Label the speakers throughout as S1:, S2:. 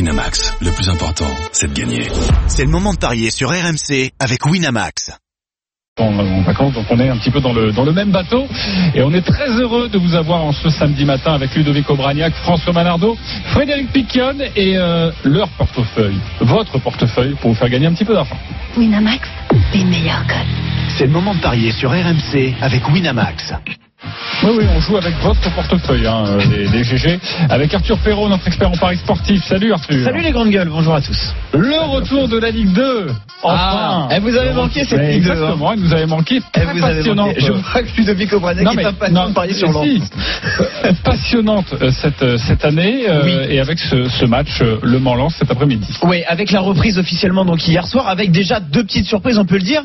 S1: Winamax, le plus important, c'est de gagner.
S2: C'est le moment de parier sur RMC avec Winamax.
S3: en, en vacances, donc on est un petit peu dans le, dans le même bateau. Et on est très heureux de vous avoir en ce samedi matin avec Ludovic Obraniak, François Manardo, Frédéric Piquion et euh, leur portefeuille, votre portefeuille, pour vous faire gagner un petit peu d'argent.
S4: Winamax, les meilleurs codes.
S2: C'est le moment de parier sur RMC avec Winamax.
S3: Oui, oui, on joue avec votre portefeuille, hein, euh, les, les GG, avec Arthur Perrault, notre expert en Paris sportif. Salut Arthur.
S5: Salut les grandes gueules, bonjour à tous.
S3: Le retour de la Ligue 2. Enfin.
S5: Ah, elle vous avait manqué, cette
S3: Mais
S5: Ligue 2, hein.
S3: Exactement, elle nous avait manqué.
S5: Eh,
S3: Très euh,
S5: vous avez
S3: passionnante.
S5: manqué. Je vois que Ludovic Obraniak est pas patient de parier sur l'an.
S3: si. passionnante euh, cette, euh, cette année euh,
S5: Oui.
S3: et avec ce, ce match euh, Le Mans-Lens cet après-midi.
S5: Oui, avec la reprise officiellement donc hier soir, avec déjà deux petites surprises, on peut le dire,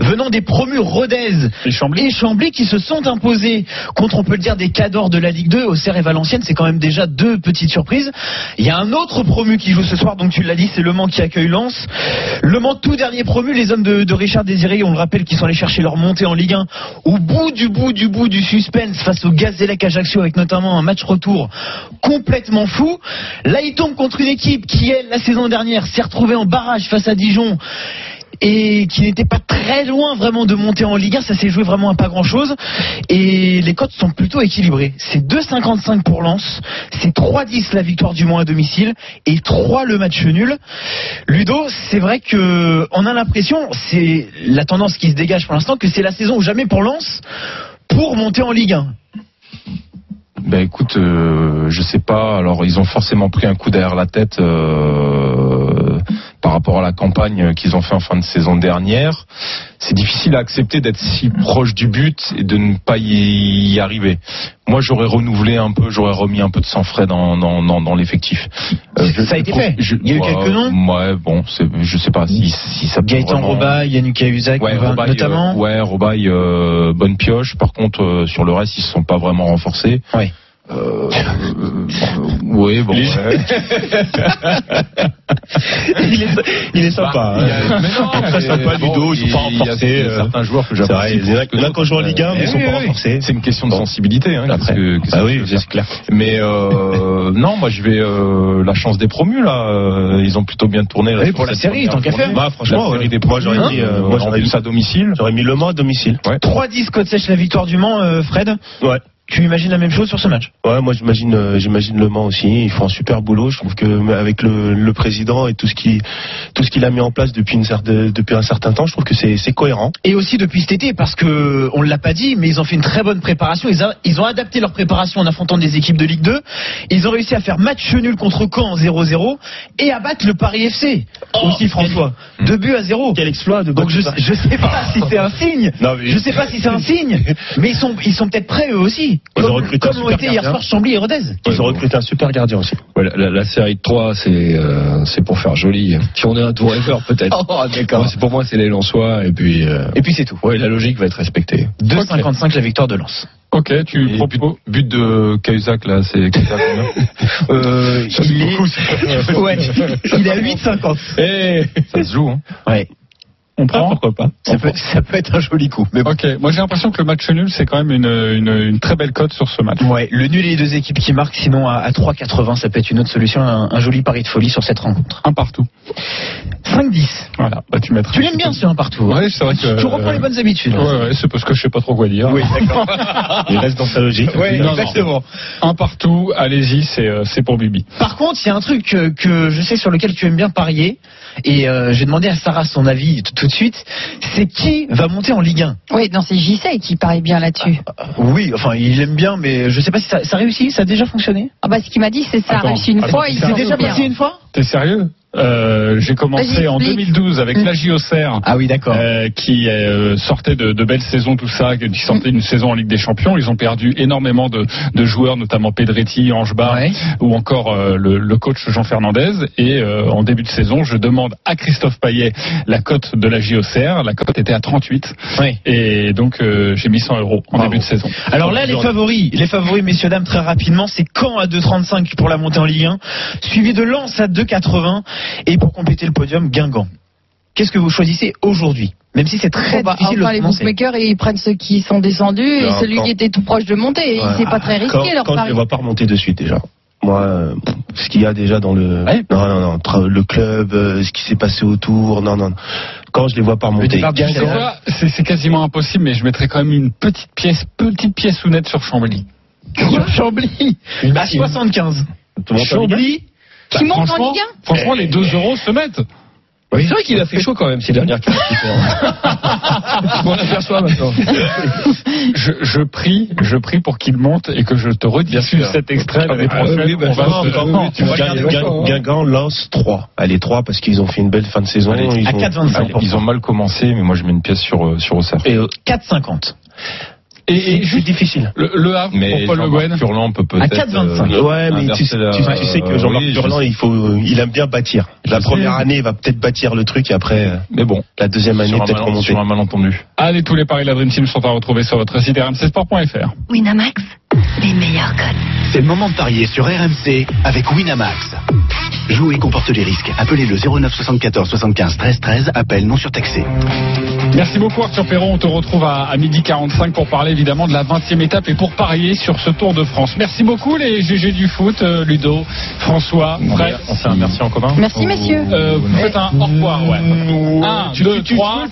S5: venant des promus Rodez
S3: Et Chambly
S5: et Chambly qui se sont imposés contre, on peut le dire, des cadors de la Ligue 2, Auxerre et Valenciennes. C'est quand même déjà deux petites surprises. Il y a un autre promu qui joue ce soir, donc tu l'as dit, c'est Le Mans qui accueille Lens. Le Mans, tout dernier promu, les hommes de, de Richard Désiré, on le rappelle, qui sont allés chercher leur montée en Ligue 1 au bout du bout du bout du suspense face au Gazélec Ajaccio avec notamment un match retour complètement fou. Là, ils tombent contre une équipe qui, elle, la saison dernière, s'est retrouvée en barrage face à Dijon et qui n'était pas très loin vraiment de monter en Ligue 1. Ça s'est joué vraiment à pas grand chose. Et les cotes sont plutôt équilibrées. C'est 2,55 pour Lens, c'est 3,10 la victoire du Mans à domicile et 3 le match nul. Ludo, c'est vrai que on a l'impression, c'est la tendance qui se dégage pour l'instant, que c'est la saison ou jamais pour Lens pour monter en Ligue 1.
S6: Ben écoute, euh, je sais pas. Alors ils ont forcément pris un coup derrière la tête euh, par rapport à la campagne qu'ils ont fait en fin de saison dernière. C'est difficile à accepter d'être si proche du but et de ne pas y arriver. Moi, j'aurais renouvelé un peu, j'aurais remis un peu de sang frais dans dans dans, dans l'effectif. Euh,
S5: Ça a été fait. Il y a eu quelques noms.
S6: Ouais, bon, c'est- je sais pas si si ça. peut
S5: Gaëtan
S6: vraiment-
S5: Roba, Yannick Cahuzac,
S6: Ouais, Robaille,
S5: notamment.
S6: euh, ouais, Robaille, euh, bonne pioche. Par contre, euh, sur le reste, ils se sont pas vraiment renforcés.
S5: Ouais.
S6: Euh, oui, bon.
S3: Les-
S6: ouais.
S5: il, est, il est sympa.
S6: Bah, Il y
S5: hein.
S6: a- mais non,
S5: Très
S6: mais
S5: sympa,
S6: bon,
S5: Ludo, ils sont
S6: il-
S5: pas
S6: il y a-
S5: renforcés,
S6: il y a
S5: euh,
S6: certains joueurs que
S5: C'est vrai,
S6: j'apprécie.
S5: c'est vrai que là, quand je joue en Ligue 1,
S6: Mais
S5: ils sont
S6: oui,
S5: pas
S6: oui.
S5: renforcés.
S6: C'est une question de sensibilité. Hein,
S5: Après.
S6: qu'est-ce que- qu'est-ce
S5: Bah
S6: que
S5: oui,
S6: tu veux
S5: c'est
S6: faire
S5: clair.
S6: Mais euh, non, moi je vais euh, la chance des promus là. euh, Ils ont plutôt bien tourné. là,
S5: Oui,
S6: sur
S5: pour la
S6: cette
S5: série,
S6: première
S5: tant qu'à
S6: journée.
S5: faire.
S6: Bah, franchement, la série des promus,
S5: j'aurais mis,
S6: euh,
S5: moi,
S6: en
S5: j'aurais
S6: plus à domicile.
S7: hein. J'aurais mis Le Mans à domicile.
S5: 3-10 côte sèche la victoire du Mans, euh, Fred.
S7: Ouais.
S5: Tu imagines la même chose sur ce match
S7: Ouais, moi j'imagine, euh, j'imagine Le Mans aussi. Ils font un super boulot. Je trouve que euh, avec le, le président et tout ce qui, tout ce qu'il a mis en place depuis une certaine, depuis un certain temps, je trouve que c'est, c'est cohérent.
S5: Et aussi depuis cet été, parce que on l'a pas dit, mais ils ont fait une très bonne préparation. Ils, a- ils ont adapté leur préparation en affrontant des équipes de Ligue 2. Ils ont réussi à faire match nul contre Caen en 0-0 et à battre le Paris FC. aussi François, deux buts à zéro.
S7: Oh, Hmm. Quel
S6: Bah,
S7: exploit de
S5: Donc je,
S7: Bokassa.
S5: je sais pas si c'est un signe.
S7: Non, mais-
S5: Je sais pas si c'est un signe, mais ils sont ils sont peut-être prêts eux aussi.
S7: Ils ont
S5: Comme,
S7: recruté
S5: comme
S7: un
S5: l'ont
S7: super
S5: été hier
S7: gardien.
S5: soir Chambly et Rodez.
S7: Ils ont recruté un super gardien aussi.
S8: Ouais, la, la- la série de 3, c'est euh, c'est pour faire joli. Si on est un tour peut-être.
S5: Oh,
S8: Moi, c'est- pour moi, c'est les Lensois. Et puis, euh,
S5: Et puis c'est tout.
S8: ouais, la logique va être respectée.
S5: 2,55 la victoire de Lens.
S3: Ok, tu
S6: Et but,
S3: propos.
S6: but de Cahuzac là, c'est Cahuzac, combien
S5: Euh, il est... ouais, il est à 8,50. Eh.
S6: ça se joue. Hein.
S5: Ouais.
S3: On prend
S5: pas ça peut, ça peut être un joli coup. Mais bon.
S3: Ok, moi j'ai l'impression que le match nul c'est quand même une, une, une très belle cote sur ce match.
S5: Ouais, le nul et les deux équipes qui marquent, sinon à, à 3,80, ça peut être une autre solution, un, un joli pari de folie sur cette rencontre.
S3: Un partout.
S5: 5-10.
S3: Voilà, bah tu mettras.
S5: Tu l'aimes bien ce un partout. hein
S3: Ouais, c'est vrai que.
S5: tu reprends les bonnes habitudes.
S3: Ouais, ouais, c'est parce que je sais pas trop quoi dire.
S7: Il reste dans sa logique.
S5: Ouais,
S3: Non, non.
S5: exactement.
S3: Un partout, allez-y, c'est euh, c'est pour Bibi.
S5: Par contre, il y a un truc que, que je sais sur lequel tu aimes bien parier, et euh, j'ai demandé à Sarah son avis t- tout de suite, c'est qui va monter en Ligue 1
S4: Oui, non, c'est JC qui parie bien là-dessus.
S5: Oui, enfin, il aime bien, mais je sais pas si ça, ça réussit, ça a déjà fonctionné. Ah,
S4: Ah bah, ce qu'il m'a dit, c'est ça.
S3: Attends,
S4: réussi une
S3: attends,
S4: fois, il
S5: C'est
S4: s'en
S5: déjà
S4: souvient.
S5: passé une fois
S3: T'es sérieux Euh, J'ai commencé
S4: Vas-y,
S3: en
S4: explique.
S3: 2012 avec
S4: Mm.
S3: la JOCR.
S5: Ah oui, d'accord.
S3: euh, qui euh, sortait de, de belles saisons, tout ça,
S5: Mm.
S3: qui sortait d'une saison en Ligue des Champions. Ils ont perdu énormément de, de joueurs, notamment Pedretti, Angebar,
S5: Ouais.
S3: ou encore euh, le, le coach Jean Fernandez. Et euh, en début de saison, je demande à Christophe Payet la cote de la JOCR. La cote était à 38.
S5: Oui.
S3: Et donc, euh, j'ai mis 100 euros en
S5: Bravo.
S3: début de saison.
S5: Alors là, les
S3: Sur-
S5: favoris, les favoris, messieurs, dames, très rapidement, c'est Caen à 2,35 pour la montée en Ligue 1, suivi de Lens à 2,80 et pour compléter le podium, Guingamp. Qu'est-ce que vous choisissez aujourd'hui Même si c'est très
S4: Bon, bah,
S5: difficile
S4: enfin,
S5: de
S4: les
S5: prononcer.
S4: bookmakers, ils prennent ceux qui sont descendus et
S7: Non,
S4: celui
S7: quand-
S4: qui était tout proche de monter. Et
S7: Ouais.
S4: C'est pas très
S7: Quand,
S4: risqué, leur
S7: quand je
S4: pari.
S7: les vois pas remonter de suite déjà. moi, euh, ce qu'il y a déjà dans le.
S5: Ouais.
S7: Non, non, non. tra- Le club, euh, ce qui s'est passé autour. Non, non. non. Quand je les vois pas remonter.
S5: départ du
S3: Tu sais
S5: Gazan.
S3: quoi C'est c'est quasiment impossible, mais je mettrais quand même une petite pièce, petite pièce ou nette sur Chambly.
S5: Sur Chambly, à 75.
S7: Tout le monde en Ligue un
S5: Chambly,
S3: Bah,
S4: Qui monte en
S3: franchement,
S4: Ligue un
S3: franchement, les 2 euros se mettent.
S8: Oui, c'est vrai qu'il a fait chaud quand même ces dernières quinze On aperçoit maintenant.
S3: Je, je prie, je prie pour qu'il monte et que je te rediffuse
S8: sûr.
S3: cet extrait l'année
S8: Ah oui,
S3: prochaine.
S8: oui, bah,
S6: ben,
S3: on va
S8: non,
S3: se-
S8: non, non, tu vas regarder
S7: Guin- Guin-
S8: longtemps, hein.
S7: Guingamp, Lens, 3. Allez, 3 parce qu'ils ont fait une belle fin de saison.
S6: Allez,
S7: ils
S5: à
S7: ont-
S5: 4,25.
S7: Allez,
S6: Ils ont mal commencé, mais moi je mets une pièce sur, euh, sur Auxerre.
S7: Et, euh,
S5: 4,50.
S3: Et, et
S7: c'est
S3: juste
S7: difficile.
S3: le, le Havre
S6: Mais
S3: pour Paul Le Guen.
S6: Jean-Marc Furlan peut peut-être.
S5: 4,25.
S6: euh,
S7: Ouais, mais tu,
S6: inverser la-
S7: tu- tu sais que
S6: euh,
S7: Jean-Marc
S6: oui, je
S7: Furlan,
S6: sais.
S7: il, faut, il aime bien bâtir. La
S6: Je
S7: première
S6: sais.
S7: année, il va peut-être bâtir le truc et après, euh,
S6: Mais bon,
S7: la deuxième année,
S6: sur un,
S7: peut-être
S6: mal,
S7: remonter.
S6: sur un malentendu.
S3: Allez, tous les paris de la Dream Team sont à retrouver sur votre site rmcsport.fr.
S4: Winamax, les meilleurs codes.
S2: C'est le moment de parier sur RMC avec Winamax. Jouer comporte les risques. Appelez le 09 74 75 13 13. Appel non surtaxé.
S3: Merci beaucoup Arthur Perron, on te retrouve à, à midi 45 pour parler évidemment de la 20e étape et pour parier sur ce Tour de France. Merci beaucoup les GG du foot, euh, Ludo, François, Fred.
S6: On fait un merci en commun. Euh,
S4: Merci, messieurs.
S3: Euh, vous faites un au revoir, ouais. Un, deux, trois.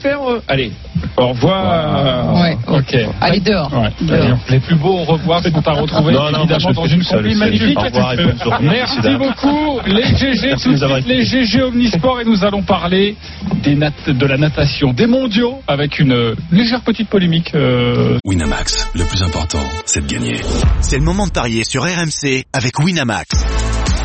S3: Allez, au revoir.
S4: Ouais.
S3: Ah, Ok.
S4: Allez, dehors.
S3: Ouais.
S4: Dehors.
S3: euh, Les plus beaux au revoir sont à retrouver
S7: Non, non, moi, je le
S3: évidemment dans
S7: fais
S3: une
S7: tout seul,
S3: compagnie
S7: salut.
S3: magnifique.
S7: Au revoir et bonne journée.
S3: Merci
S7: Merci
S3: beaucoup les GG,
S7: Merci
S3: tout
S7: de
S3: de
S7: nous avoir
S3: suite, les
S7: écoutés.
S3: GG Omnisport et nous allons parler des nat- de la natation, des mondiaux avec une euh, légère petite polémique. euh,
S1: Winamax, le plus important, c'est de gagner.
S2: C'est le moment de parier sur RMC avec Winamax.